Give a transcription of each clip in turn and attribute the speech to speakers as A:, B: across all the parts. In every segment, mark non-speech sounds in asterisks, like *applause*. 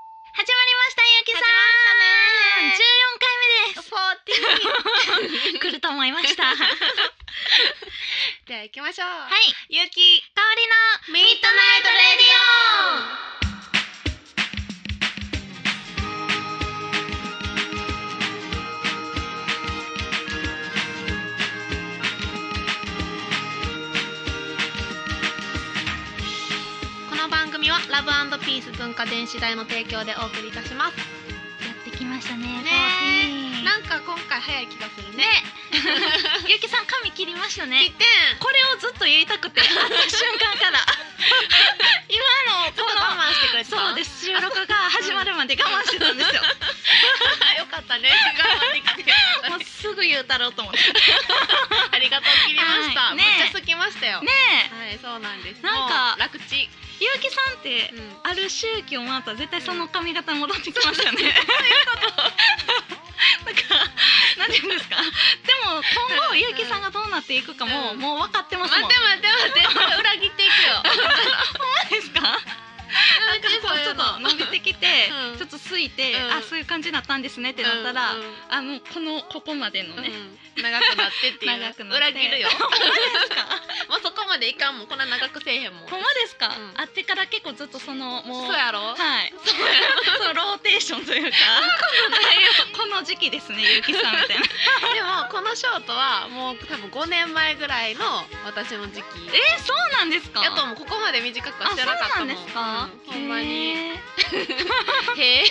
A: *laughs* 来ると思いました。はい、
B: では行きましょう。は
A: 香
B: い、ゆうき
A: りの
B: ミッドナイトレディオ。この番組はラブピース文化電子台の提供でお送りいたします。
A: やってきましたね。
B: ね
A: え
B: なんか今回早い気がする
A: ね *laughs*
B: ね。。
A: ゆきさん髪切りました
B: 一
A: ね。
B: 点。
A: これをずっと言いたくて、あの瞬間から。 *laughs* 今の
B: ちょ
A: こ
B: っと
A: の
B: 我慢してくれてた。
A: そうです収録が始まるまで我慢してたんですよ。
B: よかったね。我慢できて。
A: *laughs* もうすぐ言うたろうと思って。
B: ありがとう切りました。
A: はい
B: め
A: ね
B: っちゃすきましたよ。
A: ねえ、
B: はい、そうなんです。
A: なんか
B: もう楽ち。
A: ゆうきさんって
B: う。ん。
A: ある周期を回ったら絶対その髪型戻ってきます
B: *laughs*
A: よね。なんか、なんていうんですか。でも今後
B: うん
A: ゆうきさんがどうなっていくかも、
B: うん
A: もう分かってま
B: 待
A: す
B: って
A: もん。
B: 待って待って、それ裏切っていくよ。
A: ですか。
B: なん
A: ちょっと伸びてきて、
B: うん
A: ちょっとすいて、
B: うん
A: あそういう感じになったんですねってなったら、
B: うんうん
A: あもうこのここまでの
B: うん
A: ね、
B: 長くなってっていう。
A: 長くなって
B: 裏切るよ。
A: ですか
B: もうそこまでいかんもん、こんな長くせえへんも
A: *laughs*
B: ん。
A: ほんまですか、
B: うん
A: あってから結構ずっとそのもう
B: そうや
A: は
B: ろ。
A: い *laughs* そうローテーションというか *laughs* この時期ですねゆうきさんみたいな
B: でも、このショートは、もう多分五年前ぐらいの私の時期。
A: えそうなんですか
B: やともうここまで短くはしてなかった
A: あそう
B: もん。
A: なんですか、
B: うんほんまに。
A: へーえー
B: へえ。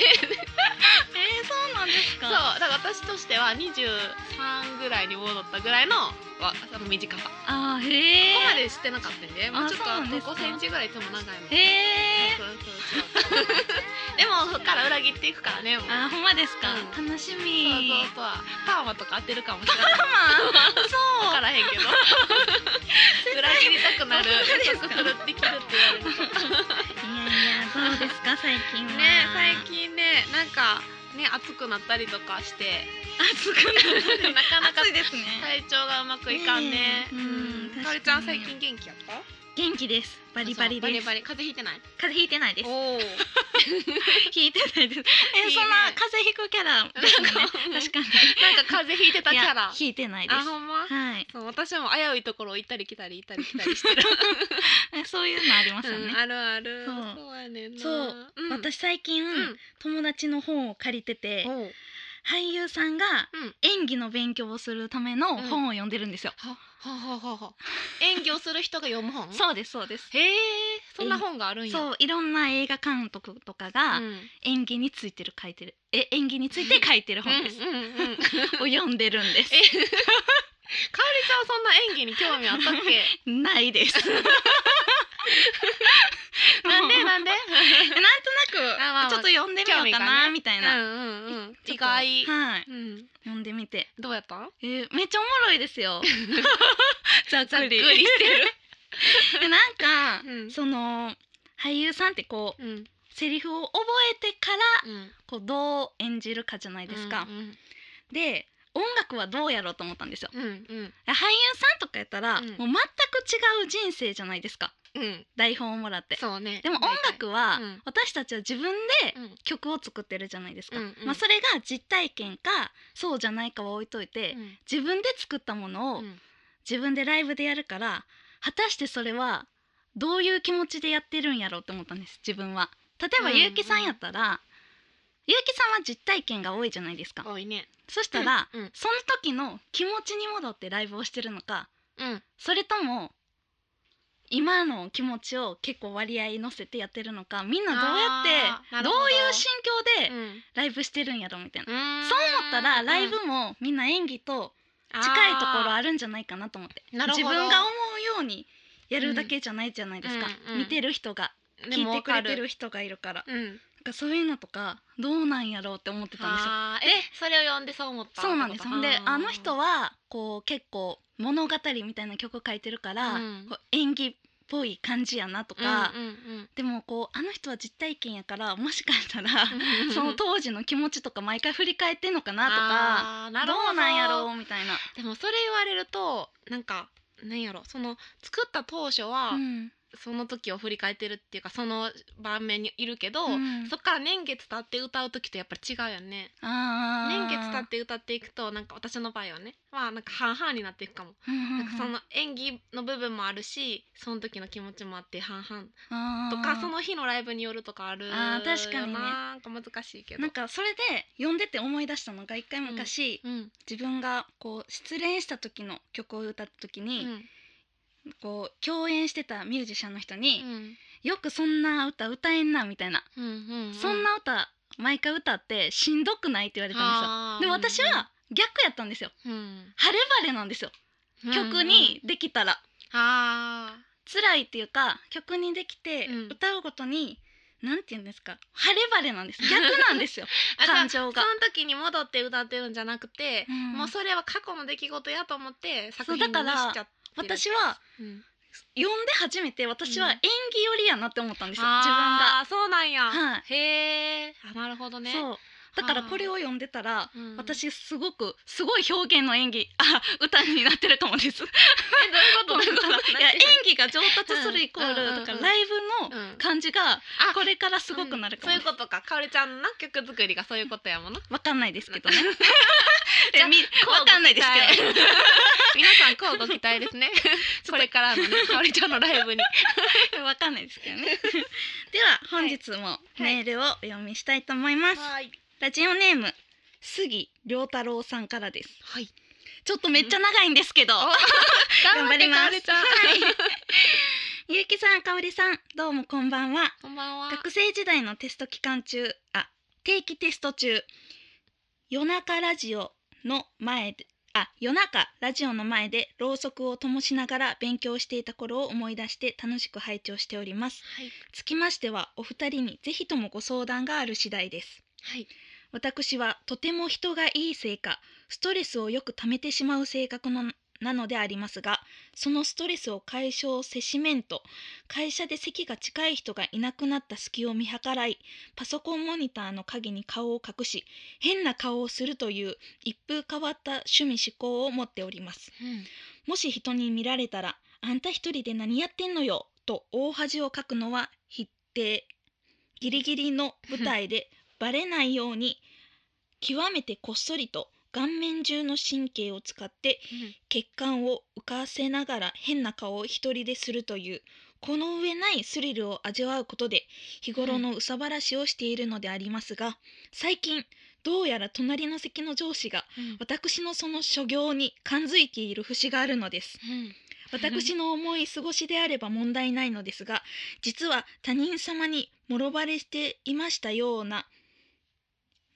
A: そうなんです
B: そう
A: か
B: だから私としては23ぐらいに戻ったぐらいのわあの短さこ
A: あーへえ
B: こまでしてなかったんで、もうちょっと
A: あそう
B: あ
A: なん
B: と
A: ですか
B: 5センチぐらいいつも長いもん、
A: へえ
B: そうそうそう *laughs* でもそっから裏切っていくからねもう
A: あーほんまですか、
B: う
A: 楽しみ
B: そうそうそうパーマとか当てるかもしれない
A: まあ *laughs* そう
B: 分からへんけど裏切りたくなる
A: そうです
B: 遅
A: か
B: くするって切るって言われ
A: いや
B: る
A: いや、どうですか、最近は。
B: ね最近ねなんかね暑くなったりとかして
A: 暑くなる。
B: なかなか
A: 暑いですね。
B: 体調がうまくいかんね
A: ねえうん
B: かおりちゃん最近元気やった
A: 元気です。バリバリです。
B: バリバリ風邪ひいてない
A: 風邪ひいてないです。
B: おお
A: ひいてないです。
B: いい
A: え、
B: ね
A: そんな風邪ひくキャラですね。
B: なん
A: *laughs* 確
B: か
A: かに。
B: なんか風邪ひいてたキャ
A: いや
B: ラ
A: ひいてないで
B: あ
A: す。
B: ほんま
A: はい。
B: そう私も危ういところを行ったり来たり行ったり来たりしてる
A: えそう *laughs* いうのありますよ
B: うん
A: ね。
B: あるある
A: そう
B: うやねんな
A: そう
B: うん
A: 私最近、
B: うん
A: 友達の本を借りてて
B: おう
A: 俳優さんが
B: うん
A: 演技の勉強をするための本を読んでるんですよ、
B: はははは *laughs* は演技をする人が読む本
A: そうですそうです
B: へえそんな本があるんや
A: そういろんな映画監督とかが、
B: うん
A: 演技についてる書いてるえ演技につい
B: *laughs*
A: て書いてる本です、
B: うんうんうんかおりち
A: を読んでるんです
B: えゃんそんな演技に興味あったっけ *laughs*
A: ないです
B: なんでなん *laughs* で
A: なんとなく
B: あまあまあ
A: ちょっと読んでみようか
B: 興味が
A: な、
B: ね
A: みた
B: う
A: い
B: ん
A: な、
B: うんうん
A: ちょっと
B: 意外
A: はい
B: うん
A: 読んでみて
B: どうやった
A: えーめっちゃおもろいです
B: *laughs*
A: よざっ
B: ざっくり
A: で
B: してる
A: なんか、
B: うん
A: その俳優さんってこう
B: *laughs* うん
A: セリフを覚えてから
B: うん
A: こうどう演じるかじゃないですか、
B: うん
A: で音楽はどうやろうと思ったんですよ
B: うんうん
A: 俳優さんとかやったら、
B: うん
A: もう全く違う人生じゃないですか
B: うん
A: 台本をもらって
B: そうね
A: でも音楽は、
B: うん
A: 私たちは自分で
B: うん
A: 曲を作ってるじゃないですか、
B: うんうん
A: まあ、それが実体験かそうじゃないかは置いといて、
B: うん
A: 自分で作ったものを
B: うん
A: 自分でライブでやるから果たしてそれはどういう気持ちでやってるんやろうって思ったんです自分は例えば
B: うんうん
A: 結城さんやったら結城さんは実体験が多いじゃないですか
B: 多いね
A: そしたら、
B: うん
A: その時の気持ちに戻ってライブをしてるのか
B: うん
A: それとも今の気持ちを結構割合乗せてやってるのかみんなどうや
B: あーな
A: って
B: る
A: どう
B: ほど
A: いう心境で
B: ん
A: ライブしてるんやろみたいな、
B: そう思
A: そう思ったらライブもみんな演技と近いところあるんじゃないかなと思って
B: なるほ
A: 自
B: ど
A: 分が思うようにやるだけじゃないじゃないですか、
B: うんうん
A: 見てる人が聞いてくれてる人がいるから
B: うん
A: なんかそういうのとかどうなんやろうって思ってたんですよ。
B: あーえそれを読んでそう思った
A: そうなんですほんであの人
B: は
A: はこう結構物語みたいな曲書いてるから、
B: うん
A: こう演技っぽい感じやなと
B: う
A: か、
B: んうん
A: でもこうあの人は実体験やからもしかしたら、
B: うん
A: その当時の気持ちとか毎回振り返ってんのかなとか
B: あーなる
A: ど
B: ほど
A: うなんやろうみたいな。
B: でもそれ言われるとなんかなんやろその作った当初は
A: うん
B: その時を振り返ってるっていうかその場面にいるけど、
A: うん
B: そっから年月経って歌う時とやっぱり違うよね
A: あ
B: 年
A: ー
B: 月経って歌っていくとなんか私の場合はねまあなんか半々になっていくかも、
A: うんうんうん
B: なんかその演技の部分もあるしその時の気持ちもあって半々
A: あー
B: とかその日のライブによるとかあるよな
A: あー確かにね
B: なんか難しいけど
A: なんかそれで読んでて思い出したのが一回昔、
B: うん
A: 自分がこう失恋した時の曲を歌った時
B: うん
A: に、こう共演してたミュージシャンの人に、
B: うん
A: よくそんな歌歌えんなみたいな、
B: うんうん
A: そんな歌毎回歌ってしんどくないって言われたんですよ
B: あー
A: でも私は逆やったんですよ
B: うん
A: 晴れ晴れなんですよ
B: うん
A: 曲にできたら
B: あ
A: 辛いっていうか曲にできて
B: うん
A: 歌うごとに、なんて言うんですか晴れ晴れなんです逆なんですよ、
B: ーあ
A: 感情が
B: じゃあその時に戻って歌ってるんじゃなくて、
A: うん
B: *laughs* もうそれは過去の出来事やと思って
A: そ
B: 作
A: う
B: 品
A: だ
B: に
A: から
B: しちゃってる、
A: 私は
B: うん
A: 読んで初めて私は
B: うん
A: 演技寄りやなって思ったんですよ、自分が
B: あーそうなんや、
A: はい
B: へえなるほどね
A: そうだからこれを読んでたら、
B: うん
A: 私すごくすごい表現の演技 *laughs* あ歌になってるかも
B: *laughs*
A: です
B: えどういうこと
A: ごめん *laughs* ごめんいや演技が上達するイコール、
B: うん
A: だからライブの
B: うん
A: 感じが
B: あ
A: これからすごくなるかも
B: うん
A: です、
B: そういうことかかおりちゃんのな曲作りがそういうことやもんな *laughs*
A: わかんないですけどね
B: じゃあ
A: みわかんないですけど
B: ど *laughs* 皆さんこうご期待です *laughs* ねこれからのねかおりちゃんのライブに
A: *laughs* わかんないですけどね *laughs* では本日もメールをお読みしたいと思います、
B: はい
A: ラジオネーム杉良太郎さんからです
B: はい
A: ちょっとめっちゃ長いんですけど、
B: 頑張ってかおりちゃ
A: は
B: ん、
A: いゆうきさん、かおりさん、どうもこんばんは。
B: こんばんは
A: 学生時代のテスト期間中、あ、定期テスト中、夜中ラジオの前で、あ、夜中ラジオの前でろうそくを灯しながら勉強していた頃を思い出して楽しく拝聴しております。
B: はい
A: つきましては、お二人にぜひともご相談がある次第です。
B: はい
A: 私はとても人がいいせいかストレスをよく溜めてしまう性格のなのでありますがそのストレスを解消せしめんと会社で席が近い人がいなくなった隙を見計らいパソコンモニターの影に顔を隠し変な顔をするという一風変わった趣味思考を持っております
B: うん
A: もし人に見られたら「あんた一人で何やってんのよ」と大恥をかくのは必定ギリギリの舞台でバレないように極めてこっそりと顔面中の神経を使って血管を浮かせながら変な顔を一人でするというこの上ないスリルを味わうことで日頃の憂さ晴らしをしているのでありますが最近どうやら隣の席の上司が
B: うん
A: 私のその所業に感づいている節があるのです
B: うん
A: 私の思い過ごしであれば問題ないのですが実は他人様にもろバレしていましたような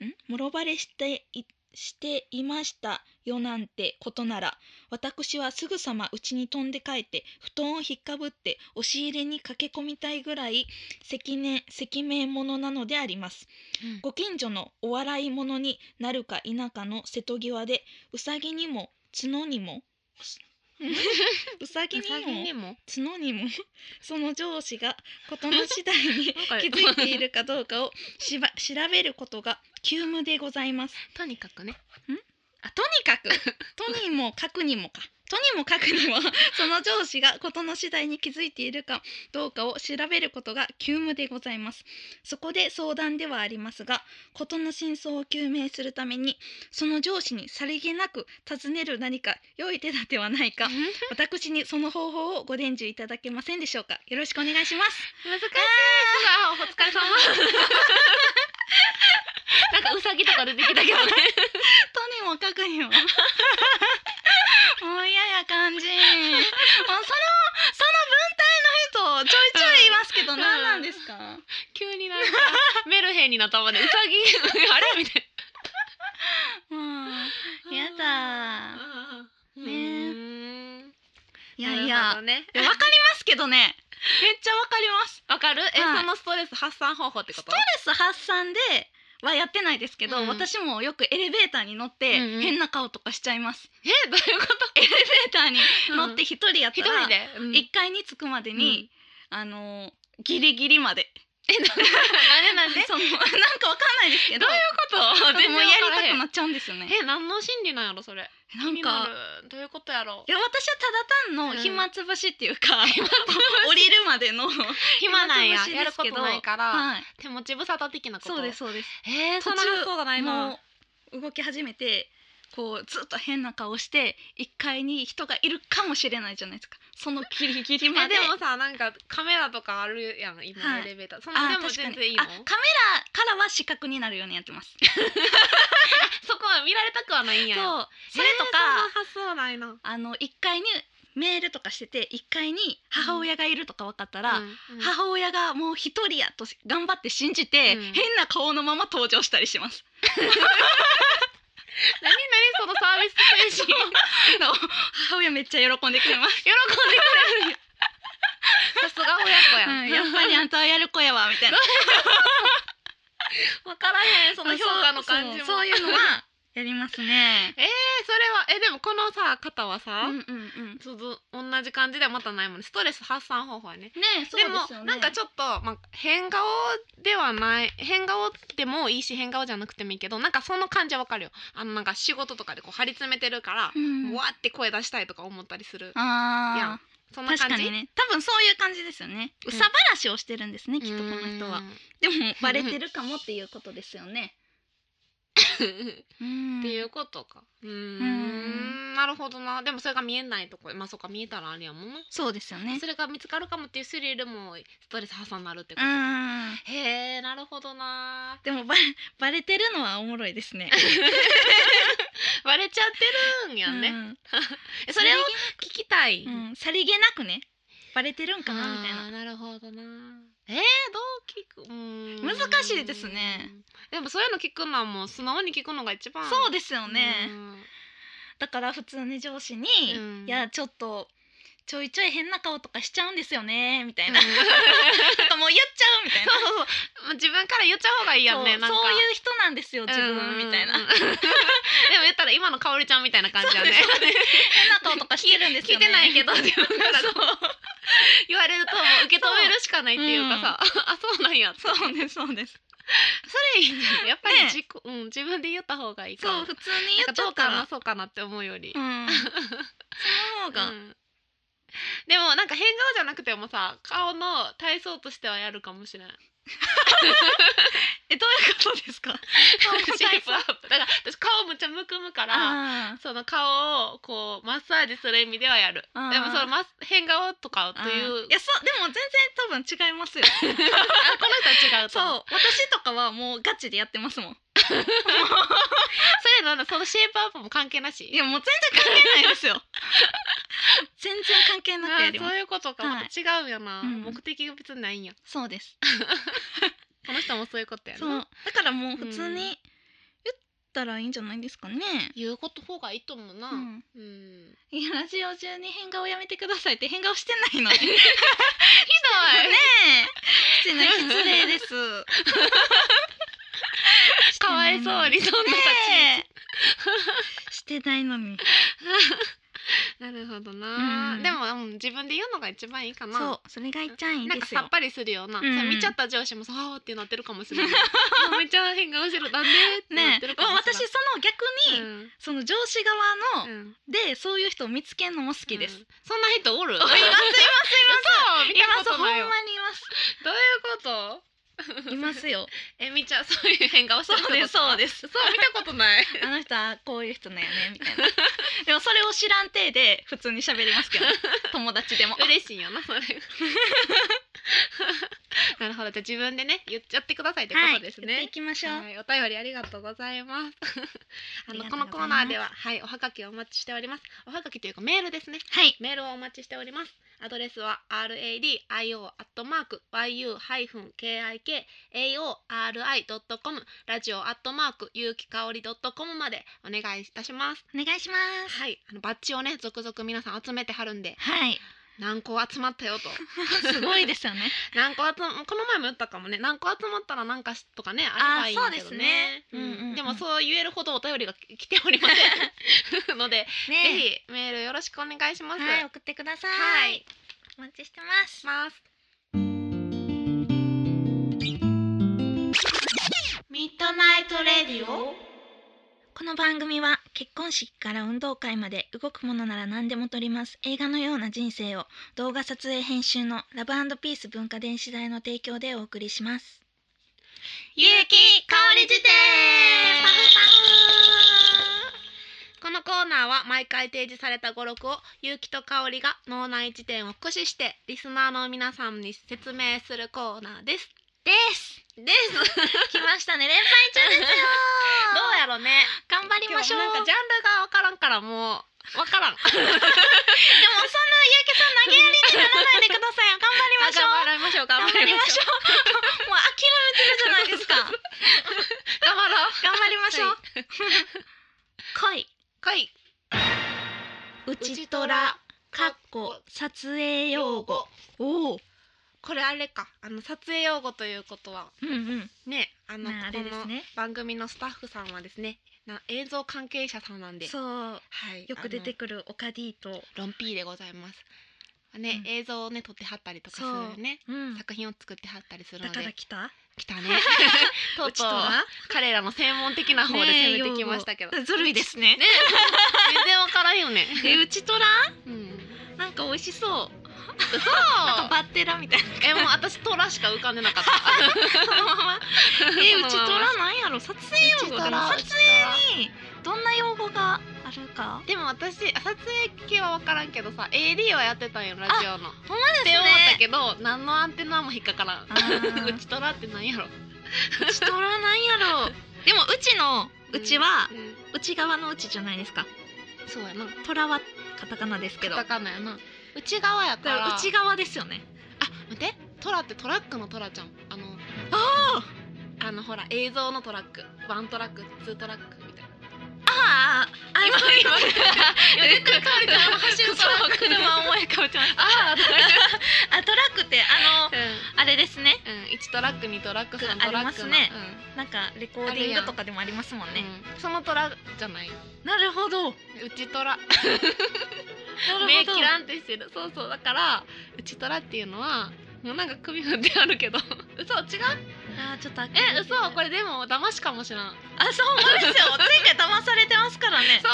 A: んもろバレしていしていましたよなんてことなら私はすぐさま家に飛んで帰って布団を引っかぶって押し入れに駆け込みたいぐらい赤面赤面者なのであります
B: うん
A: ご近所のお笑い者になるか否かの瀬戸際でうさぎにも角に
B: *laughs*
A: もうさぎ
B: う
A: に
B: さぎに
A: も
B: も
A: 角にもその上司が事の次第に気づいているかどうかをしば調べることが急務でございます。
B: とにかくね
A: あとにかくとにもかくにもかとにもかくにもその上司が事の次第に気づいているかどうかを調べることが急務でございますそこで相談ではありますが事の真相を究明するためにその上司にさりげなく尋ねる何か良い手立てはないか
B: *laughs* 難しい
A: 私にその方法をご伝授いただけませんでしょうかよろしくお願いします
B: お疲れ様 *laughs* なんかうさぎとか出てきたけど *laughs* ね
A: とにもかくにももう嫌や感 *laughs* じもうそれはその文体の人ちょいちょいいますけど
B: うん
A: 何なんですか、
B: 急になんかメルヘンになったまでうさぎ *laughs* あれみたい
A: うん、
B: な
A: やだ
B: う
A: ね
B: ーん
A: いやい
B: なるほ
A: や
B: どね
A: わかりますけどねめっちゃわかります
B: わかるえ
A: はい
B: そのストレス発散方法ってこ
A: ス
B: と
A: トレス発散ではやってないですけど、
B: うん
A: 私もよくエレベーターに乗って
B: うんうん
A: 変な顔とかしちゃいます、
B: えどういうこと
A: エレベーターに乗って
B: 一
A: 一人やったら、
B: 人で
A: 1階に着くまでに、あのーギリギリまで
B: えなんでなんで
A: その *laughs* なんかわかんないですけど
B: どういうこと
A: なんかもうやりたく
B: な
A: なっちゃうんですよね
B: え何の心理なんやろそれ
A: な
B: 気
A: ん
B: にな
A: か
B: るどういうことやろ
A: いや私はただ単の暇つぶしっていう *laughs* か、降りるまでの
B: 暇なんや
A: 暇つぶし
B: や
A: で
B: る
A: す
B: こ
A: け
B: と
A: ど
B: ないから
A: はい
B: 手持ち無沙汰的なこと
A: そうですそうです
B: えー、そんな
A: 途中
B: 発想がない
A: も
B: な
A: う動き始めてこうずっと変な顔して1階に人がいるかもしれないじゃないですかそのギリギリ
B: え
A: まで
B: でもさなんかカメラとかあるやん今
A: はい
B: エレベーター、そん
A: あ
B: なでも
A: 確か
B: 全
A: に
B: 然いいの
A: あカメラからは視覚になるようにやってます
B: そこは見られたくはない
A: そ
B: ん
A: う
B: やよ
A: それとか、
B: えーそんな発想ないな
A: あの1階にメールとかしてて1階に母親がいるとか分かったら、
B: うんうん
A: 母親がもう一人やと頑張って信じて、
B: うん
A: 変な顔のまま登場したりします *laughs*
B: 何何そのサービス精神喜んでく
A: あの母親めっちゃ喜んでくれます
B: れるやんさすが親子やん、
A: うんやっぱりあんたはやる子やわみたい *laughs* な
B: 分からへんその評価の感じも
A: そうそうそういうのはやりますね
B: えそれはえでもこのさ方は
A: *laughs* う
B: さ、
A: んうんうん
B: ちょっと同じ感じではまたないもんねストレス発散方法はね
A: ねそう
B: で
A: で
B: も
A: すよね
B: なんかちょっと、まあ、変顔ではない変顔でもいいし変顔じゃなくてもいいけどなんかその感じはわかるよあのなんか仕事とかでこう張り詰めてるから、
A: うん
B: わーって声出したいとか思ったりするや
A: あ
B: んそん
A: ー
B: な
A: 確
B: 感
A: か
B: じ
A: にね多分そういう感じですよね
B: う
A: うんさばらしをしてるんですね、きっとこの人はでもバレてるかもっていうことですよね
B: うーん
A: うん
B: っていうことかうーん
A: うん
B: なるほどなでもそれが見えないとこまあそうか見えたらあれやもんな
A: そうですよね
B: それが見つかるかもっていうスリルもストレス発散になるってこ
A: う
B: とか、
A: ん
B: へえなるほどな
A: でもバレバレてるのはおもろいですね
B: バレちゃってるんやんね、
A: うん
B: えそれを聞きたい、
A: うん、さりげなくねバレてるんかなみたい
B: あ
A: な
B: ーなるほどなえー、どう聞くうーん
A: 難しいですね
B: でもそういうの聞くのはもう素直に聞くのが一番
A: そう
B: で
A: ですよね *laughs* だから普通に上司に
B: う
A: 「
B: ん
A: いやちょっとちょいちょい変な顔とかしちゃうんですよね」みたいななんかもう言っちゃうみたいな
B: *laughs* そうそうそうもう自分から言っちゃう方がいいやんね
A: そう
B: なんか
A: そういう人なんですよ自分みたいな
B: うんうんうん *laughs* でも言ったら今のかおりちゃんみたいな感じやね
A: そう変な顔とかしてるんです
B: 聞い
A: よね
B: てないけど自分から
A: *laughs* そう
B: 言われるともう受け止めるしかないっていうかさ、あそうなんやそ
A: そうですそうです
B: れいいねやっぱり
A: ね
B: 自己、うん、自分で言った方がいいか
A: そ
B: ら
A: う普通に
B: なん
A: 言
B: か
A: っちゃ
B: どう
A: うか
B: からなそうかなって思うより、 *laughs*
A: うんその方が、
B: うんでもなんか変顔じゃなくてもさ顔の体操としてはやるかもしれない
A: えどういうことですか顔の体操
B: シェイプアップだから私顔むっちゃむくむから
A: あ
B: その顔をこうマッサージする意味ではやる
A: あー
B: でもそのマス変顔とか
A: あ
B: という
A: いやそうでも全然多分違います *laughs* よ
B: あこの人は違うと
A: そう
B: 思う
A: 私とかはもうガチでやってますもん
B: それなんだそのシェイプアップも関係なし
A: いやもう全然関係ないです *laughs* よ全然関係なくや
B: あ
A: り
B: ー
A: ま
B: そ
A: す
B: ういうことか、
A: はい
B: また違うよな、
A: うん
B: 目的が別にないんや
A: そうです
B: この人もそういうことやな
A: そうだからもう普
B: う
A: 通
B: ん
A: に言ったらいいんじゃないですかね、
B: 言うこと方がいいと思うな
A: う
B: うん、
A: ん、いやラジオ中に変顔やめてくださいって変顔してない *laughs* のにねえ *laughs* してない失礼です
B: かわいそうにそんな立ち位置
A: ねえしてないのに
B: なるほどな、
A: うん
B: でも、うん、自分で言うのが一番いいかな
A: そうそれが一番いい
B: なん
A: で
B: か
A: す
B: さっ
A: よ
B: ぱりするよな、
A: うんうん
B: さ見ちゃった上司もさあーってなってるかもしれ *laughs* ないあめっちゃ変顔してるなんでってなっ
A: ね
B: て
A: え
B: る
A: もう
B: かもしれ
A: 私そ
B: ない
A: の逆に、その上司側の、
B: うん、うん、
A: でそういう人を見つけるのも好きです、
B: うんそんな人おるい
A: いますいます
B: そう見
A: いま
B: た
A: すほ
B: こと
A: んま
B: ない
A: にい
B: よどういうこ
A: ますい
B: *laughs*
A: ますよ
B: とえみちゃんそういう変顔してるってこと
A: そうです
B: そう見たことない
A: あの人はこういう人なんやねみたいな *laughs* でもそれを知らん体で普通に喋ります
B: *laughs*
A: けどね友達でも
B: *laughs* 嬉しいよなそれがなるほどじゃあ自分でね言っちゃってくださいってこ
A: はい
B: とです
A: やって
B: ね
A: い、きましょう、
B: はい、お便りありがとうございますあの
A: ありが
B: こと
A: うございま
B: の
A: す
B: コーナーでははいおはがきをお待ちしておりますおはがきというかメールですね
A: はい
B: メールをお待ちしておりますアドレスは radio.yu-kikaori.com ラジオ .yu きかおり .com までお願いいたします
A: お願いします
B: はいあのバッジをね続々皆さん集めてはるんで
A: はい
B: 何個集まったよと
A: *laughs*
B: *laughs*
A: すごいですよね
B: 何個集まこの前も言ったかもね何個集まったら何かしとかねあればいいんだけどね
A: そうですねうんうんうん
B: でもそう言えるほどお便りが来ておりませ
A: *laughs*
B: んので、ぜ
A: ね
B: ひメールよろしくお願いします、
A: はい送ってください、
B: はい
A: お待ちしてます
B: ます
A: ミッドナイトレディオこの番組は結婚式から運動会まで動くものなら何でも撮ります映画のような人生を動画撮影編集のラブピース文化電子台の提供でお送りします
B: ゆうきかおり辞典このコーナーは毎回提示された語録をゆうきとかおりが脳内辞典を駆使してリスナーの皆さんに説明するコーナーです
A: です
B: ですどう
A: 来ましたね連敗中ですよ
B: やろね
A: 頑張りましょう
B: 今日なんかジャンルがわからんからもうわからん
A: でもそんな三宅さん投げやりにならないでくださいよ頑張りましょう
B: 頑張りましょう頑
A: 頑
B: 張
A: 張り
B: り
A: ま
B: ま
A: し
B: し
A: ょ
B: ょう
A: うもう諦めてるじゃないですか
B: 頑張ろう
A: 頑張りましょう、恋
B: はい
A: うちとらかっこ撮影用語おお
B: これあれかあの撮影用語ということは
A: うんうん
B: ねあの、
A: まああ
B: こ
A: れで
B: こ
A: す
B: の
A: ね
B: 番組のスタッフさんはですねな映像関係者さんなんで
A: そう
B: はい
A: よく出て
B: く
A: くるオカディと
B: ロンピーでございますね、
A: うん
B: 映像をね撮ってはったりとかするよね
A: うん
B: 作品を作ってはったりする
A: だ
B: の
A: から
B: で
A: 来た
B: 来
A: *laughs*
B: たねと
A: う
B: う
A: ち
B: と
A: と
B: う
A: ら
B: 彼らの専門的な方で攻めてきましたけど、
A: ねえ用語ずるいですね
B: ね全然わからんよね
A: えうちとら
B: うん
A: なんか美味しそう
B: そう
A: なんかバッテラみたいな
B: えもう私トラしか浮かんでなかった
A: *laughs* そのままえうちとらなんやろ撮影用語
B: うち
A: で
B: と
A: も
B: ら
A: 撮影にどんな用語があるか
B: でも私撮影系はわからんけどさ AD はやってたんよラジオの
A: ほんま
B: って思ったけど何のアンテナも引っかからん
A: *laughs* あー
B: うちとらってなんやろ
A: うちとらなんやろでもうちのうちは
B: う、ん
A: 内側のうちじゃないですか
B: そうやな
A: とらはカタカナですけど
B: カタ
A: だか
B: カナやな内側やから
A: ら内側ですよね
B: あ待ってトラってトラックのトラちゃんあの
A: あ
B: あのほら映像のトラックワントラックツートラックみたいな
A: あああ
B: 今今
A: 絶対香りちゃんの走るトラック
B: そう車思い浮かべてました
A: ああトラックってあの
B: う
A: あれですね
B: ん、うん、1トラック2トラック3
A: あ
B: ト
A: り
B: ラッ
A: ます
B: クの
A: ね
B: うん
A: なんかレコーディングとかでもありますもんね、
B: うんそのトラじゃない
A: なるほどなる
B: うちトラ
A: ほど
B: 目キランってしてるそうそうだからうちトラっていうのはもうなんか首振ってあるけど *laughs* 嘘違う
A: あーちょっとあ
B: え嘘これでも騙しかもしらん
A: あそう思うん
B: *laughs*
A: ですよ前回騙されてますからね
B: そ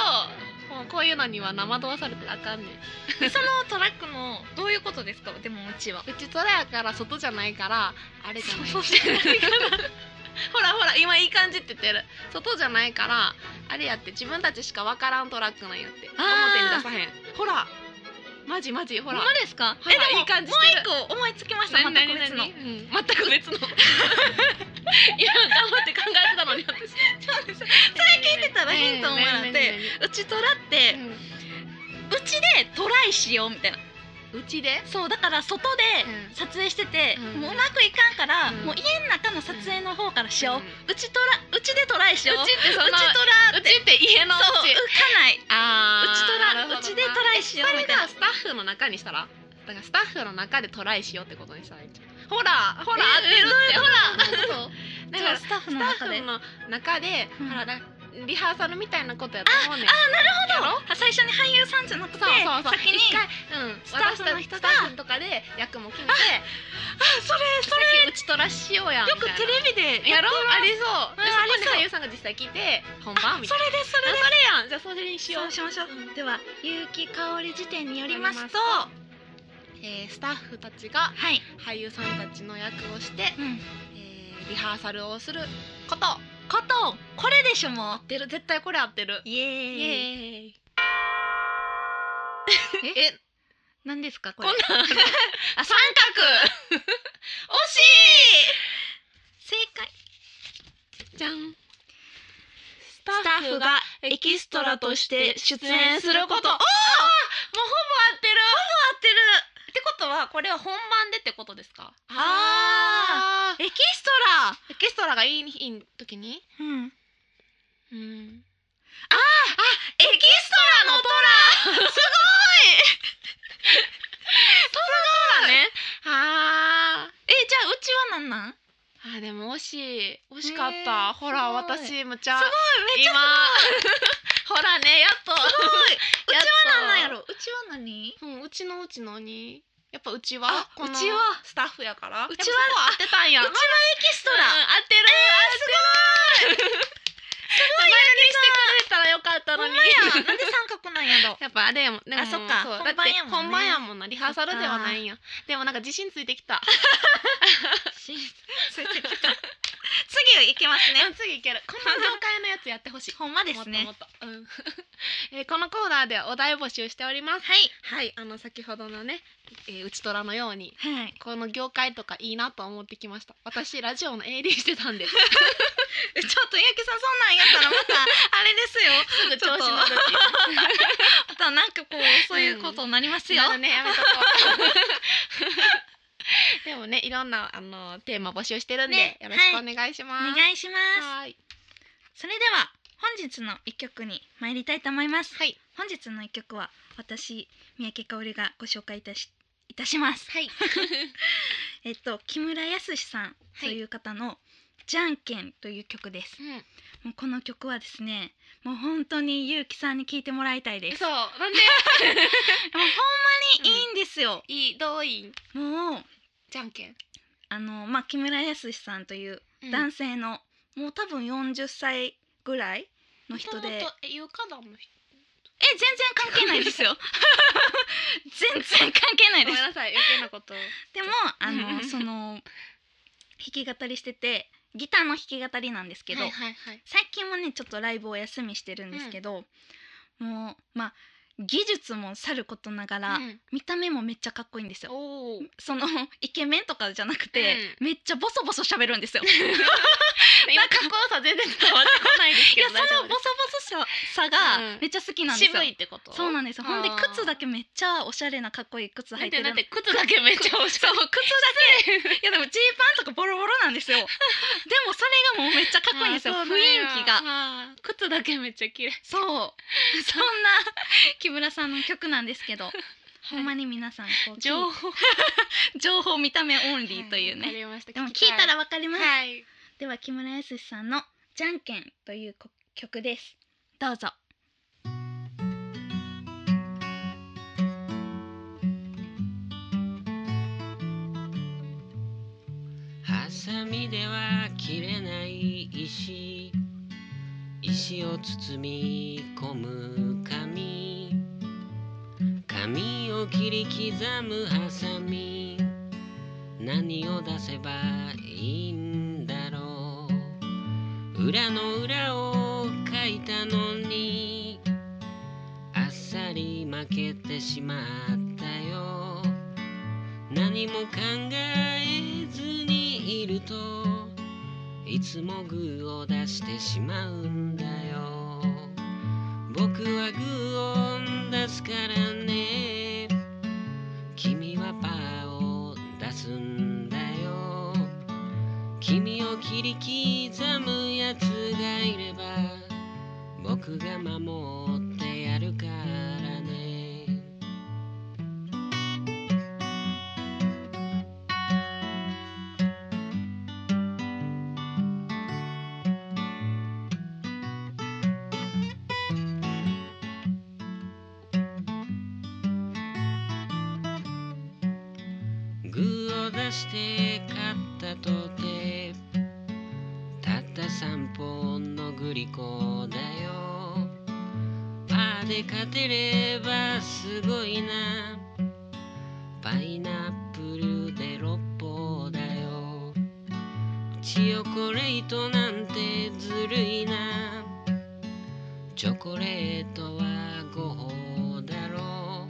B: うもうこういうのには生動されてあかんねん
A: そのトラックのどういうことですかでもうちは
B: うちトラやから外じゃないからあれじゃない
A: そうそうじゃないか
B: ほらほら今いい感じって言ってる外じゃないからあれやって自分たちしかわからんトラックなんやって表
A: あー
B: に出さへんほらマジマジほ
A: ほ
B: ら
A: まですか
B: ほら
A: えでも
B: いい感じしてる
A: もう一個思いつきました
B: 何
A: また
B: 何
A: 別
B: 何
A: の
B: うん全く
A: *laughs*
B: 別のいや頑張って考えてたのに私
A: 最近出たらヒントもらってうちトラってうちでトライしようみたいな
B: うちで
A: そうだから外で
B: うん
A: 撮影してて、
B: うん
A: もううまくいかんから、
B: うん
A: もう家の中の撮影の方からしよう、う
B: うん
A: ちトラうちでトライし
B: うちっ
A: よううち
B: てそ
A: ト
B: の
A: ラ
B: うちって家のう
A: そう
B: ち
A: 浮かないう
B: あー
A: ちト
B: なるほ
A: ラ
B: どな
A: うちでトライしようみ
B: そ
A: た
B: れ
A: い
B: が
A: な
B: スタッフの中にしたらだからスタッフの中でトライしようってことにしたらいいんちゃうほらほら合っ
A: え
B: てるってほら
A: だ
B: だ
A: か
B: からら
A: スタッフの
B: スタ
A: 中
B: ッ
A: で
B: フの中で
A: うん
B: ほらなリハーサルみたいなことやと思うねんあなるほど
A: あ最初に俳優さんじゃなくて
B: そうそうそう
A: 先に
B: 一回うん、
A: スタッフの人が
B: 私たちスタッフとかで役も決めて
A: あそれそ
B: 先打ち取らしようやん
A: れよくテレビで
B: や
A: って
B: ろう
A: ます
B: ありそうで
A: ありそう
B: そこに俳優さんが実際来て本番み
A: そ
B: たい
A: れ
B: な
A: ですそれ
B: あ
A: で
B: それやんじゃあそれにしよう
A: そうしましょう
B: うん
A: では結城かおり辞典によりますと
B: よりますとえースタッフたちが
A: はい、
B: 俳優さんたちの役をして、
A: うん、
B: えーリハーサルをすること
A: ことこれでしょもう
B: 出る絶対これ合ってる
A: イエー
B: イ
A: イ
B: エーイ
A: え
B: *laughs* え
A: 何ですかこ
B: こ
A: れ
B: んなんあ三角惜 *laughs*
A: 正解
B: しいじゃんス
A: スタッフがエキストラとして出演すること
B: おーもうほぼ合ってる
A: 合ってる
B: ってことはこれは本番でってことですか
A: あ
B: あ
A: エキス
B: エキストラがいいいい時に
A: トラうん
B: うん
A: エキストラのトラすごいトラね
B: あー
A: えじゃあうちはなんなん
B: あーでも惜しい惜しかっ
A: ねえ
B: た、ほら
A: すごい
B: 私むちゃ
A: すめっちゃ
B: 今 *laughs* ほらねやっと
A: すごい
B: やっ
A: う
B: と
A: ちはなんなんやろうちは何
B: うん、うちのうちのにやっぱうちは
A: あ
B: この
A: うちは
B: スタッフやから
A: うちは
B: やっぱそこ合ってたんや
A: うちはエキストラ
B: うん合ってる、
A: すごい
B: *laughs* 名前にしてくれたらよかった
A: ほ
B: の
A: ん
B: に
A: まやなんで三角なんやろ
B: やっぱあれやもんでも
A: あそっか
B: うだ
A: 本
B: って
A: 番やもんね
B: 本番やもんなリハーサルではないんやでもなんか自信ついてきた
A: しついてきた *laughs* 次行けます
B: う
A: ね
B: ん *laughs* 次いけるこの業界のやつやってほし
A: *laughs*
B: い
A: ほんまですね
B: もっともっとうん *laughs* えーこのコーナーではお題募集しております
A: はい
B: はいあの先ほどのね、えー、うちとらのように
A: はい
B: この業界とかいいなと思ってきました私ラジオの AD してたん
A: *laughs*
B: です
A: えちょっとゆうきさんそんなんやったらまたあれですよ
B: ぐ調子乗るってい
A: またなんかこうそういうことになります
B: う
A: よ、
B: なるねやめとこう *laughs* でもねいろんなあのテーマ募集してるんで、
A: ね
B: よろしくお願いします、
A: お願いしま
B: はーい
A: すそれでは本日の一曲に参りたいと思います
B: はい
A: 本日の一曲は私三宅香織がご紹介いたしいたします
B: はい
A: えっと木村康さんという方のじゃんけんという曲です
B: うん
A: もうこの曲はですねもう本当にゆうきさんに聞いてもらいたいです
B: そう *laughs* なんで
A: もうほんまにいいんですよ、
B: いい動員
A: もう
B: じゃんけん
A: あのまあ木村康さんという男性の、もう多分40歳ぐらいの人でえ全然
B: え有価団の人
A: 関係ないですよ全然関係ないで
B: ごめん
A: す
B: なさい余計なことを
A: *laughs* でもあのその弾き語りしててギターの弾き語りなんですけど、
B: はいはいはい
A: 最近もねちょっとライブお休みしてるんですけど、もうまあ技術もさることながら、
B: うん
A: 見た目もめっちゃかっこいいんですよ。
B: おお
A: そのイケメンとかじゃなくて、めっちゃボソボソ喋るんですよ。
B: 今かっこよさ全然伝わってこないです
A: い
B: け
A: や
B: ど
A: そのボソボソささ
B: うん
A: がめっちゃ好きなんですよ。
B: 渋いってこと
A: そうなんですよ。ほんで
B: あー
A: 靴だけめっちゃおしゃれなかっこいい靴履
B: だっ
A: いて
B: て
A: る。
B: だって靴だけめっちゃおしゃ
A: そう
B: れ
A: 靴だけいやでもジーパンとかボロボロなん *laughs* ですよ。でもそれがもうめっちゃかっこいいんですよ。
B: あ
A: 雰
B: ーそうなんや
A: 囲気が。
B: あー靴だけめっちゃ綺麗
A: *laughs* そう。そんな木村さんの曲なんですけど、ほんまに皆さんこう聞い
B: 情報
A: 情報見た目オンリーという
B: わか
A: ね。
B: りました
A: でも聞いたらわかります。
B: はい
A: では木村康さんのじゃんけんという曲です。どうぞ。
C: ハサミでは切れない石石を包み込む紙紙を切り刻むハサミ何を出せばいいんだろう裏の裏を書いたのにあっさり負けてしまったよ何も考えずにいるといつもグーを出してしまうんだよ僕はグーを出すからね君はパーを出すんだよ君を切り刻むやつがいれば僕が守ってやるからねグーを出して勝ったとてたった3本のグリコだよパーで勝てればすごいなパイナップルで6本だよチョコレートなんてずるいなチョコレートは5本だろ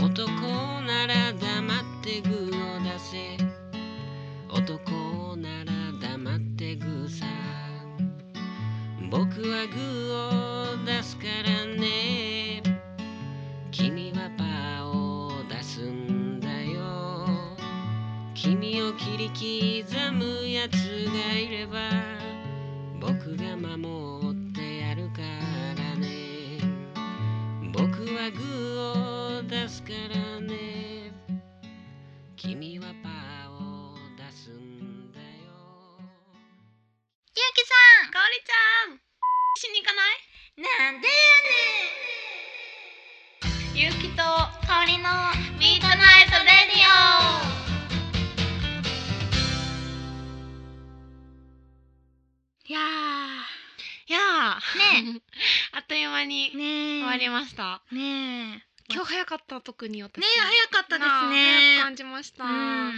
C: う男なら黙ってグーを出せ男なら黙ってグーさ僕はグーを出すからね君はパーを出すんだよ君を切り刻むやつがいれば僕が守ってやるからね僕はグーを出すからね君はパーを出すんだよ
A: ゆうきさん、かおりちゃん。
B: しに行かない
A: なんで
B: ゆうき
A: や
B: と
A: ねん。かおりの。
B: ミートナイトレディ
A: いや
B: *laughs* 間に
A: ねえ
B: 終わりました、
A: ねえ
B: 今日早かった特に私
A: ねえ早かったで
B: なあ
A: すね
B: 早く感じました、
A: うん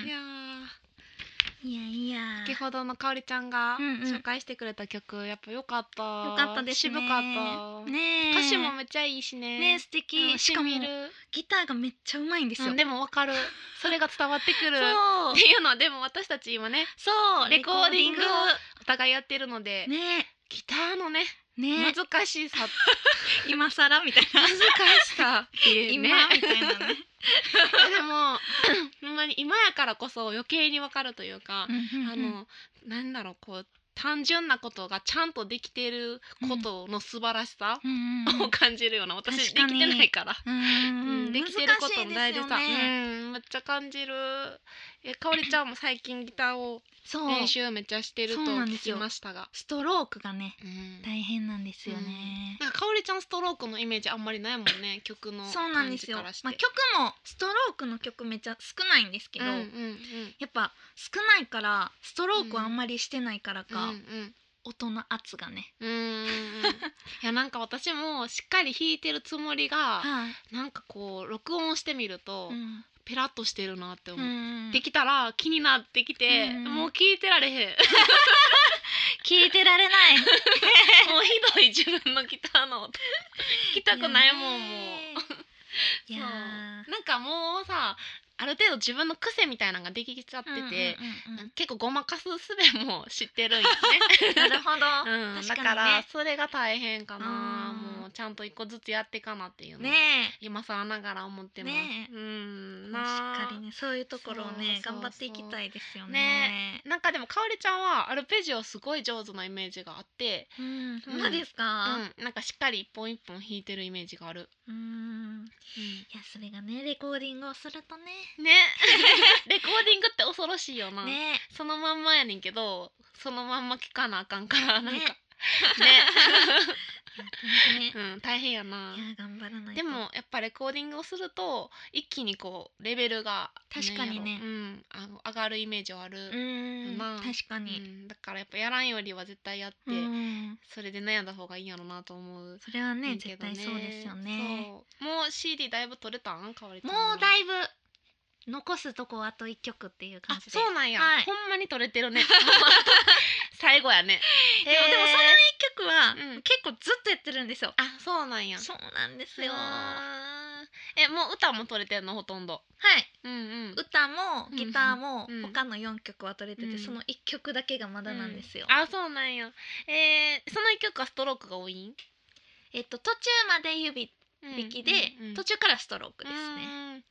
B: い
A: い
B: や
A: やいや
B: ー先ほどのかおりちゃんが
A: うんうん
B: 紹介してくれた曲、やっぱ良かった
A: よかったですね
B: 渋かった、
A: ねえ
B: 歌詞もめっちゃいいしね
A: ねえ素敵、
B: うん
A: しかも
B: 染みる
A: ギターがめっちゃうまいんですよ、
B: うんでもわかるそれが伝わってくるっ
A: そう
B: ていうのはでも私たち今ね
A: そう
B: レコーディングを
A: レコ
B: お互いやってるので、
A: ーディングをね
B: ギターのね
A: えねえ
B: 難
A: *laughs*
B: しさ
A: 今更みたいな
B: 難しさっていう
A: *laughs*
B: ね
A: 今みたいなね
B: *laughs* でも *coughs* ほんまに今やからこそ余計にわかるというか、あのなんだろうこう単純なことがちゃんとできてることの素晴らしさ
A: うんうんうん
B: を感じるような、私
A: 確
B: で
A: か
B: き
A: に
B: てないから。
A: うん
B: う
A: うん難
B: ん、できてることの大事さ、
A: しいですよね
B: うんめっちゃ感じるえかおりちゃんも最近ギターを
A: そう
B: 練習めっちゃしてると
A: そうなんで
B: 聞
A: す
B: き
A: よ
B: ましたが
A: ストロークがね
B: うん
A: 大変なんですよね、
B: なんかかおりちゃんストロークのイメージあんまりないもんね曲の
A: そうなん
B: 感
A: です
B: じ
A: よ、
B: か
A: まあ
B: らして、、
A: 曲もストロークの曲めっちゃ少ないんですけど、
B: うんうんうん
A: やっぱ少ないからストロークはあんまりしてないからか、
B: うんうん
A: 音の圧がね、
B: うーんいやなんか私もしっかり弾いてるつもりが
A: はい、
B: なんかこう録音してみると
A: うん
B: ペラッとしてるなって思う、
A: うん
B: できたら気になってきて、
A: うん
B: もう聞いてられへん
A: *laughs*
B: もう
A: 聞いてられない
B: ひどい自分のギター
A: *laughs*
B: の音聞きたくないもんもう
A: いや
B: そうなんかもうさある程度自分の癖みたいなのができちゃってて、結構ごまかす術も知って
A: *laughs*
B: るんよね。
A: なるほど、
B: うん、だ
A: 確
B: か
A: からに
B: それが大変かな
A: うん
B: もうちゃんと一個ずつやってかなっていうのを
A: ねね
B: 今さながら思ってます、
A: ね
B: うん
A: え
B: な
A: し
B: あ
A: っかりねそういうところをね
B: そうそうそう
A: 頑張っていきたいですよ
B: ね
A: ね
B: なんかでもかおりちゃんはアルペジオすごい上手なイメージがあって、
A: うんそうですか
B: うん、なんかしっかり一本一本弾いてるイメージがある、
A: うんいやそれがねレコーディングをするとね
B: ね *laughs* レコーディングって恐ろしいよな、
A: ね
B: そのまんまやねんけどそのまんま聞かなあかんからなん *laughs* かね
A: ね *laughs* ね
B: うん、大変やない
A: や頑張らないと
B: でもやっぱレコーディングをすると一気にこうレベルが
A: 確かにね
B: なんやろうん、あの上がるイメージはあ
A: う
B: る、
A: ん
B: まあ
A: 確か
B: うん
A: に
B: だからやっぱやらんよりは絶対やって、
A: うん
B: それで悩んだ方がいいんやろなと思う
A: それは
B: ね
A: ね
B: んけ
A: 絶
B: どね
A: 対そうですよね
B: そうもう CD だいぶ取れたんかおりちゃ
A: も
B: んは
A: うだいぶ残すとこあと一曲っていう感
B: あ
A: じで
B: そうなんや、
A: はい
B: ほんまに取れて *laughs* るねもう最後やね
A: いやでもその一曲は
B: うん
A: 結構ずっとやってるんですよ
B: あそうなんや
A: そうなんですよは
B: あーえもう歌も取れてんのほとんど
A: い
B: うんうん
A: 歌もギターも
B: うん
A: 他の4曲は取れてて、
B: うん
A: その1曲だけがまだなんですよ、
B: うんあそうなんやえー、その一曲はストロークが多いん
A: えっと途中まで指引きで、途
B: 中
A: 中からストロークですね、
B: ね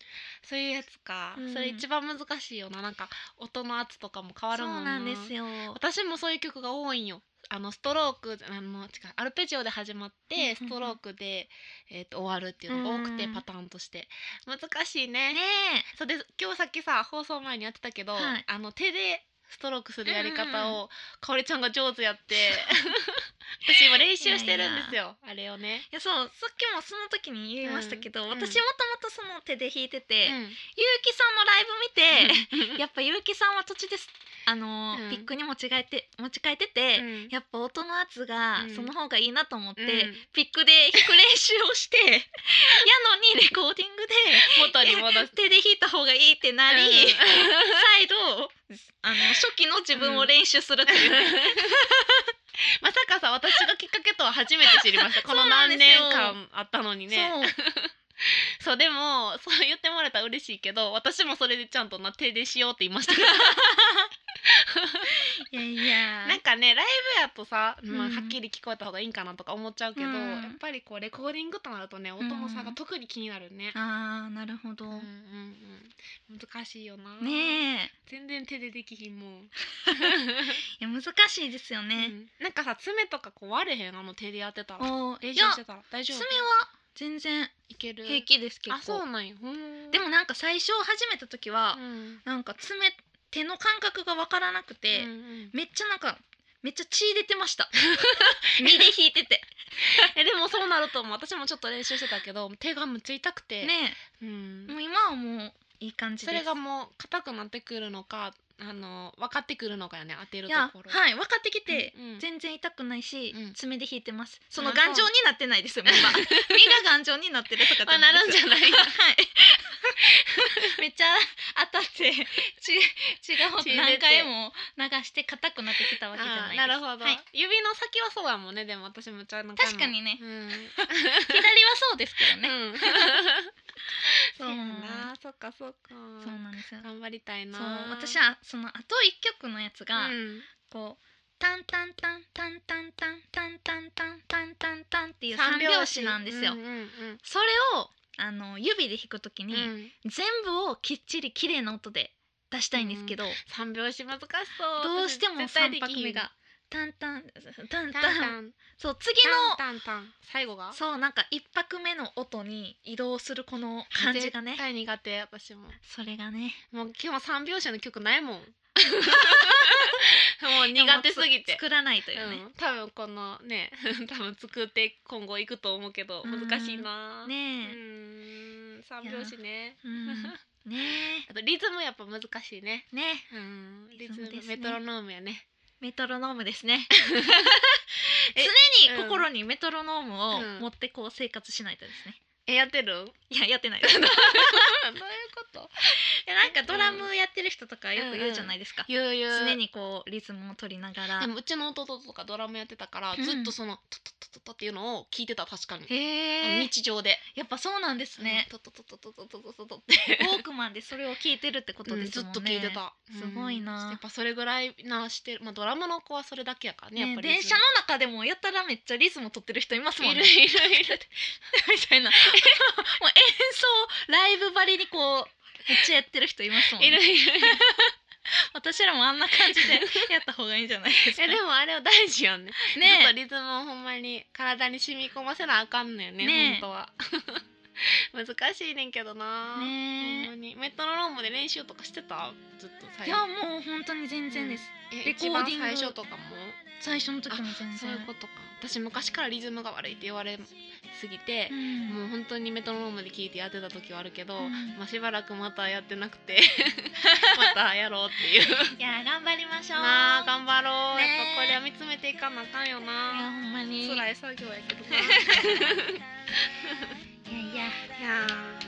B: そういうやつか、
A: うん
B: それ一番難しいよななんか音の圧とかも変わる
A: そ
B: もん
A: うなんですよ
B: 私もそういう曲が多いんよあのストロークあの違うアルペジオで始まって
A: うん
B: ストロークで、えー、と終わるっていうのが多くて、
A: うん
B: パターンとして難しいね
A: ね
B: そうで今日さっきさ放送前にやってたけど、
A: はい
B: あの手でストロークするやり方
A: うん
B: を、かおりちゃんが上手やって
A: *laughs*
B: 私今練習してるんですよあれをね。
A: いやそうさっきもその時に言いましたけど、
B: うん
A: 私もともとその手で弾いてて、
B: うん
A: ゆうきさんのライブ見てやっぱゆうきさんは途中ですあのー、
B: うん
A: ピックに持ち替えて持ち替えてて、
B: うん
A: やっぱ音の圧が
B: うん
A: その方がいいなと思って、
B: うん
A: ピックで *laughs* 弾く練習をしてやのにレコーディングで
B: 元に戻す
A: 手で弾いた方がいいってなり、
B: うん
A: 再度あの初期の自分を練習するという、ね
B: まさかさ私がきっかけとは初めて知りましたこの
A: *laughs* そうなん
B: 何
A: ですよ
B: 年間あったのにね
A: そう
B: そうでもそう言ってもらえたら嬉しいけど私もそれでちゃんとな手でしようって言いました
A: いやいや
B: *laughs* なんかねライブやとさ、まあ、
A: うん
B: はっきり聞こえた方がいいんかなとか思っちゃうけど、
A: うん
B: やっぱりこうレコーディングとなるとね音の差が特に気になるね。
A: あーなるほど、
B: うんうんうん、難しいよな、
A: ねえ
B: 全然手でできひんもん、
A: いや難しいですよ
B: う
A: ね、
B: んなんかさ爪とかこう割れへんあの手でやってたら
A: おー
B: 練
A: い
B: 習
A: や
B: してたら大丈
A: 爪
B: 夫
A: は全然
B: いける
A: 平気です結構
B: あそうなんやほん
A: でもなんか最初始めた時は、
B: うん
A: なんか爪手の感覚が分からなくて、
B: うん *laughs* うん
A: めっちゃなんかめっちゃ血出てました *laughs* 身で引いてて
B: えでもそうなると思う私もちょっと練習してたけど手がむっちゃ痛くて、
A: ね
B: うん
A: えもう今はもういい感じ
B: そ
A: です
B: れがもう硬くなってくるのかあの分かってくるのかよね当てる
A: い
B: と
A: や
B: ころ
A: はい分かってきて、
B: うんうん
A: 全然痛くないし、
B: うん
A: 爪で引いてますそ
B: あ
A: の
B: そう
A: 頑丈になってない
B: *laughs*
A: ですよ目が目が頑丈になってるとか
B: あなるんじゃない
A: はい
B: *laughs*
A: めっちゃ当たって血血が
B: 血出て
A: 何回も流して硬くなってきたわけじゃない
B: あ
A: です
B: なるほど、
A: はい
B: 指の先はそうだもんねでも私もちゃんと
A: 確かにね
B: うん
A: 左はそうですけどね、 *laughs*
B: うんそうやなそっかそっか
A: そうなんですよ
B: 頑張りたいな
A: そう私はそのあと一曲のやつが、
B: うん
A: こうタンタンタンタンタンタンタンタンタンタンタンタンっていう三拍子なんですよ、
B: うんうんうん
A: それをあの指で弾くときに、
B: うん
A: 全部をきっちり綺麗な音で出したいんですけど、
B: 三拍子難しそう
A: どうしても
B: 絶対
A: 3
B: でき
A: 拍
B: ひん
A: 目がタンタンタンタン
B: タンタン
A: そう次の
B: タンタンタン最後が
A: そうなんか1拍目の音に移動するこの感じがね
B: 絶対苦手私も
A: それがね
B: もう今日三拍子の曲ない *laughs* もんもう苦手すぎ
A: つ
B: て
A: 作らないというね、
B: うん、多分このね *laughs* 多分作って今後行くと思うけど
A: うん
B: 難しいな
A: ね
B: う
A: え、
B: ん三拍子ね
A: うんね
B: あとリズムやっぱ難しいね
A: えねえ
B: うんリズ
A: リ
B: ム
A: ズムですね
B: メトロノームやね
A: メトロノームですね
B: *laughs* え
A: 常に
B: うん
A: 心にメトロノーム
B: う
A: を
B: ん
A: 持ってこう生活しないとですね、
B: えやってる
A: いやや
B: *laughs*
A: ってないですい
B: どういう
A: *laughs*
B: こと
A: やなんかドラムやってる人とかよく言うじゃないですか、
B: ゆうゆう
A: 常にこうリズムを取りながら
B: でもうちの弟とかドラムやってたから、
A: うん
B: ずっとその「トトトトト」っていうのを聞いてた確かに、
A: へえ
B: 日常で
A: やっぱそうなんですね
B: 「トトトトトトトトトト」って
A: ウォークマンでそれを聞いてるってこと
B: うん
A: です
B: ず
A: もん
B: っ
A: ね
B: と聞いてた、
A: すごいな
B: うんやっぱそれぐらいなしてるまあドラムの子はそれだけやからねやっ
A: ね
B: ぱり
A: 電車の中でもやたらめっちゃリズム取ってる人いますもん
B: い
A: ね
B: るいるいる
A: *laughs* みたい
B: *laughs*
A: なもう演奏ライブばりにこうめっちゃやってる人いますもん
B: い
A: ね
B: るいる
A: 私らもあんな感じでやった方がいいんじゃないですか
B: えでもあれは大事やんねちょっと
A: ね
B: リズムをほんまに体に染み込ませなあかんのよね
A: ね
B: 本当は *laughs* 難しいねんけど
A: ね
B: な、ほんまにメトロノームで練習とかしてたずっと
A: え
B: 最
A: いやもう本当に全然です、
B: え
A: レコーディング
B: 一番最初とかも
A: 最初の時も全然
B: そういうことか私昔からリズムが悪いって言われすぎて
A: う、ん
B: もう本当にメトロノームで聞いてやってた時はあるけど、
A: うん
B: まあ、しばらくまたやってな
A: *laughs*
B: くてまたやろうっていう
A: いや頑張りましょう
B: なあ頑張ろう、
A: ね
B: やっぱこれは見つめていかなあかんよ
A: いや
B: な
A: ほんまに
B: 辛い作業やけど
A: *laughs*
B: な
A: いやいや
B: いやー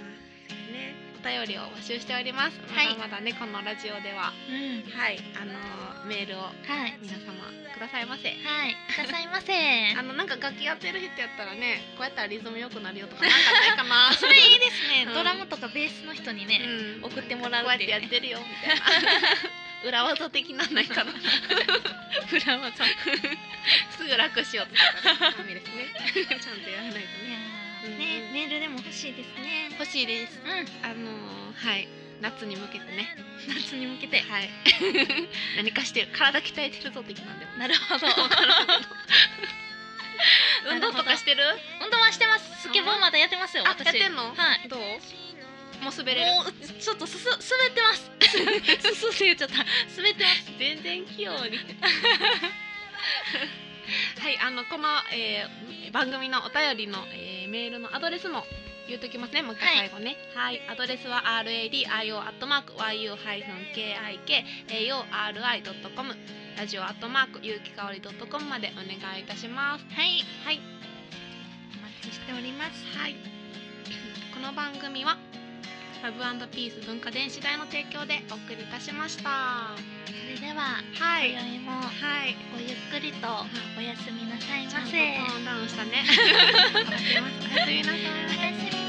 B: ねお便りを募集しておりますま
A: はい
B: だまだね、このラジオでは
A: うん
B: はいあのーメールを
A: はい
B: 皆様くださいませ
A: はいくださいませ *laughs*
B: あのなんか楽器やってる人やったらねこうやったらリズム良くなるよとかなんかないかな
A: それいいですね、
B: うん
A: ドラムとかベースの人にね、
B: うん
A: 送ってもらう
B: こうや
A: っ
B: って
A: い
B: て
A: う
B: や
A: ね
B: ってるよみたいな裏技的なんないかな *laughs* 裏技すぐ楽しようとかダメですねちゃんとやらないと
A: い
B: ね
A: やー
B: うんう
A: ね
B: ん
A: メールでも欲しいですね
B: 欲しいです
A: うん
B: あのーはい夏に向けてね
A: 夏に向けて
B: はい *laughs* 何かしてる体鍛えてるぞ的なんでも
A: なるほど
B: *laughs* 運動とかしてる
A: 運動はしてますスケボーまだやってますよ
B: あ
A: 私
B: やってんの
A: はい
B: どうもう滑れる
A: もうちょっとすす滑ってます *laughs* すすって言っちゃった滑ってます
B: 全然器用に *laughs* はいあのこの、えー番組のお便りの、えーメールのアドレスも言うときますねもう一回
A: はい
B: 最後ねはい、アドレスは radio.yu-kikaori.com ラジオアットマーク有機香り .com までお願いいたします
A: はい
B: はい
A: お待ちしております
B: はい。この番組はラブピース文化電子代の提供でお送りいたしました。は
A: それでは、
B: い。
A: 今
B: はい。
A: 宵もごゆっくりとおやすみなさい
B: ちゃん
A: ま
B: とト
A: せ *laughs*
B: ーンダウンしたね。
A: おやすみなさい
B: おや
A: おやす
B: すみなさい。
A: みなさい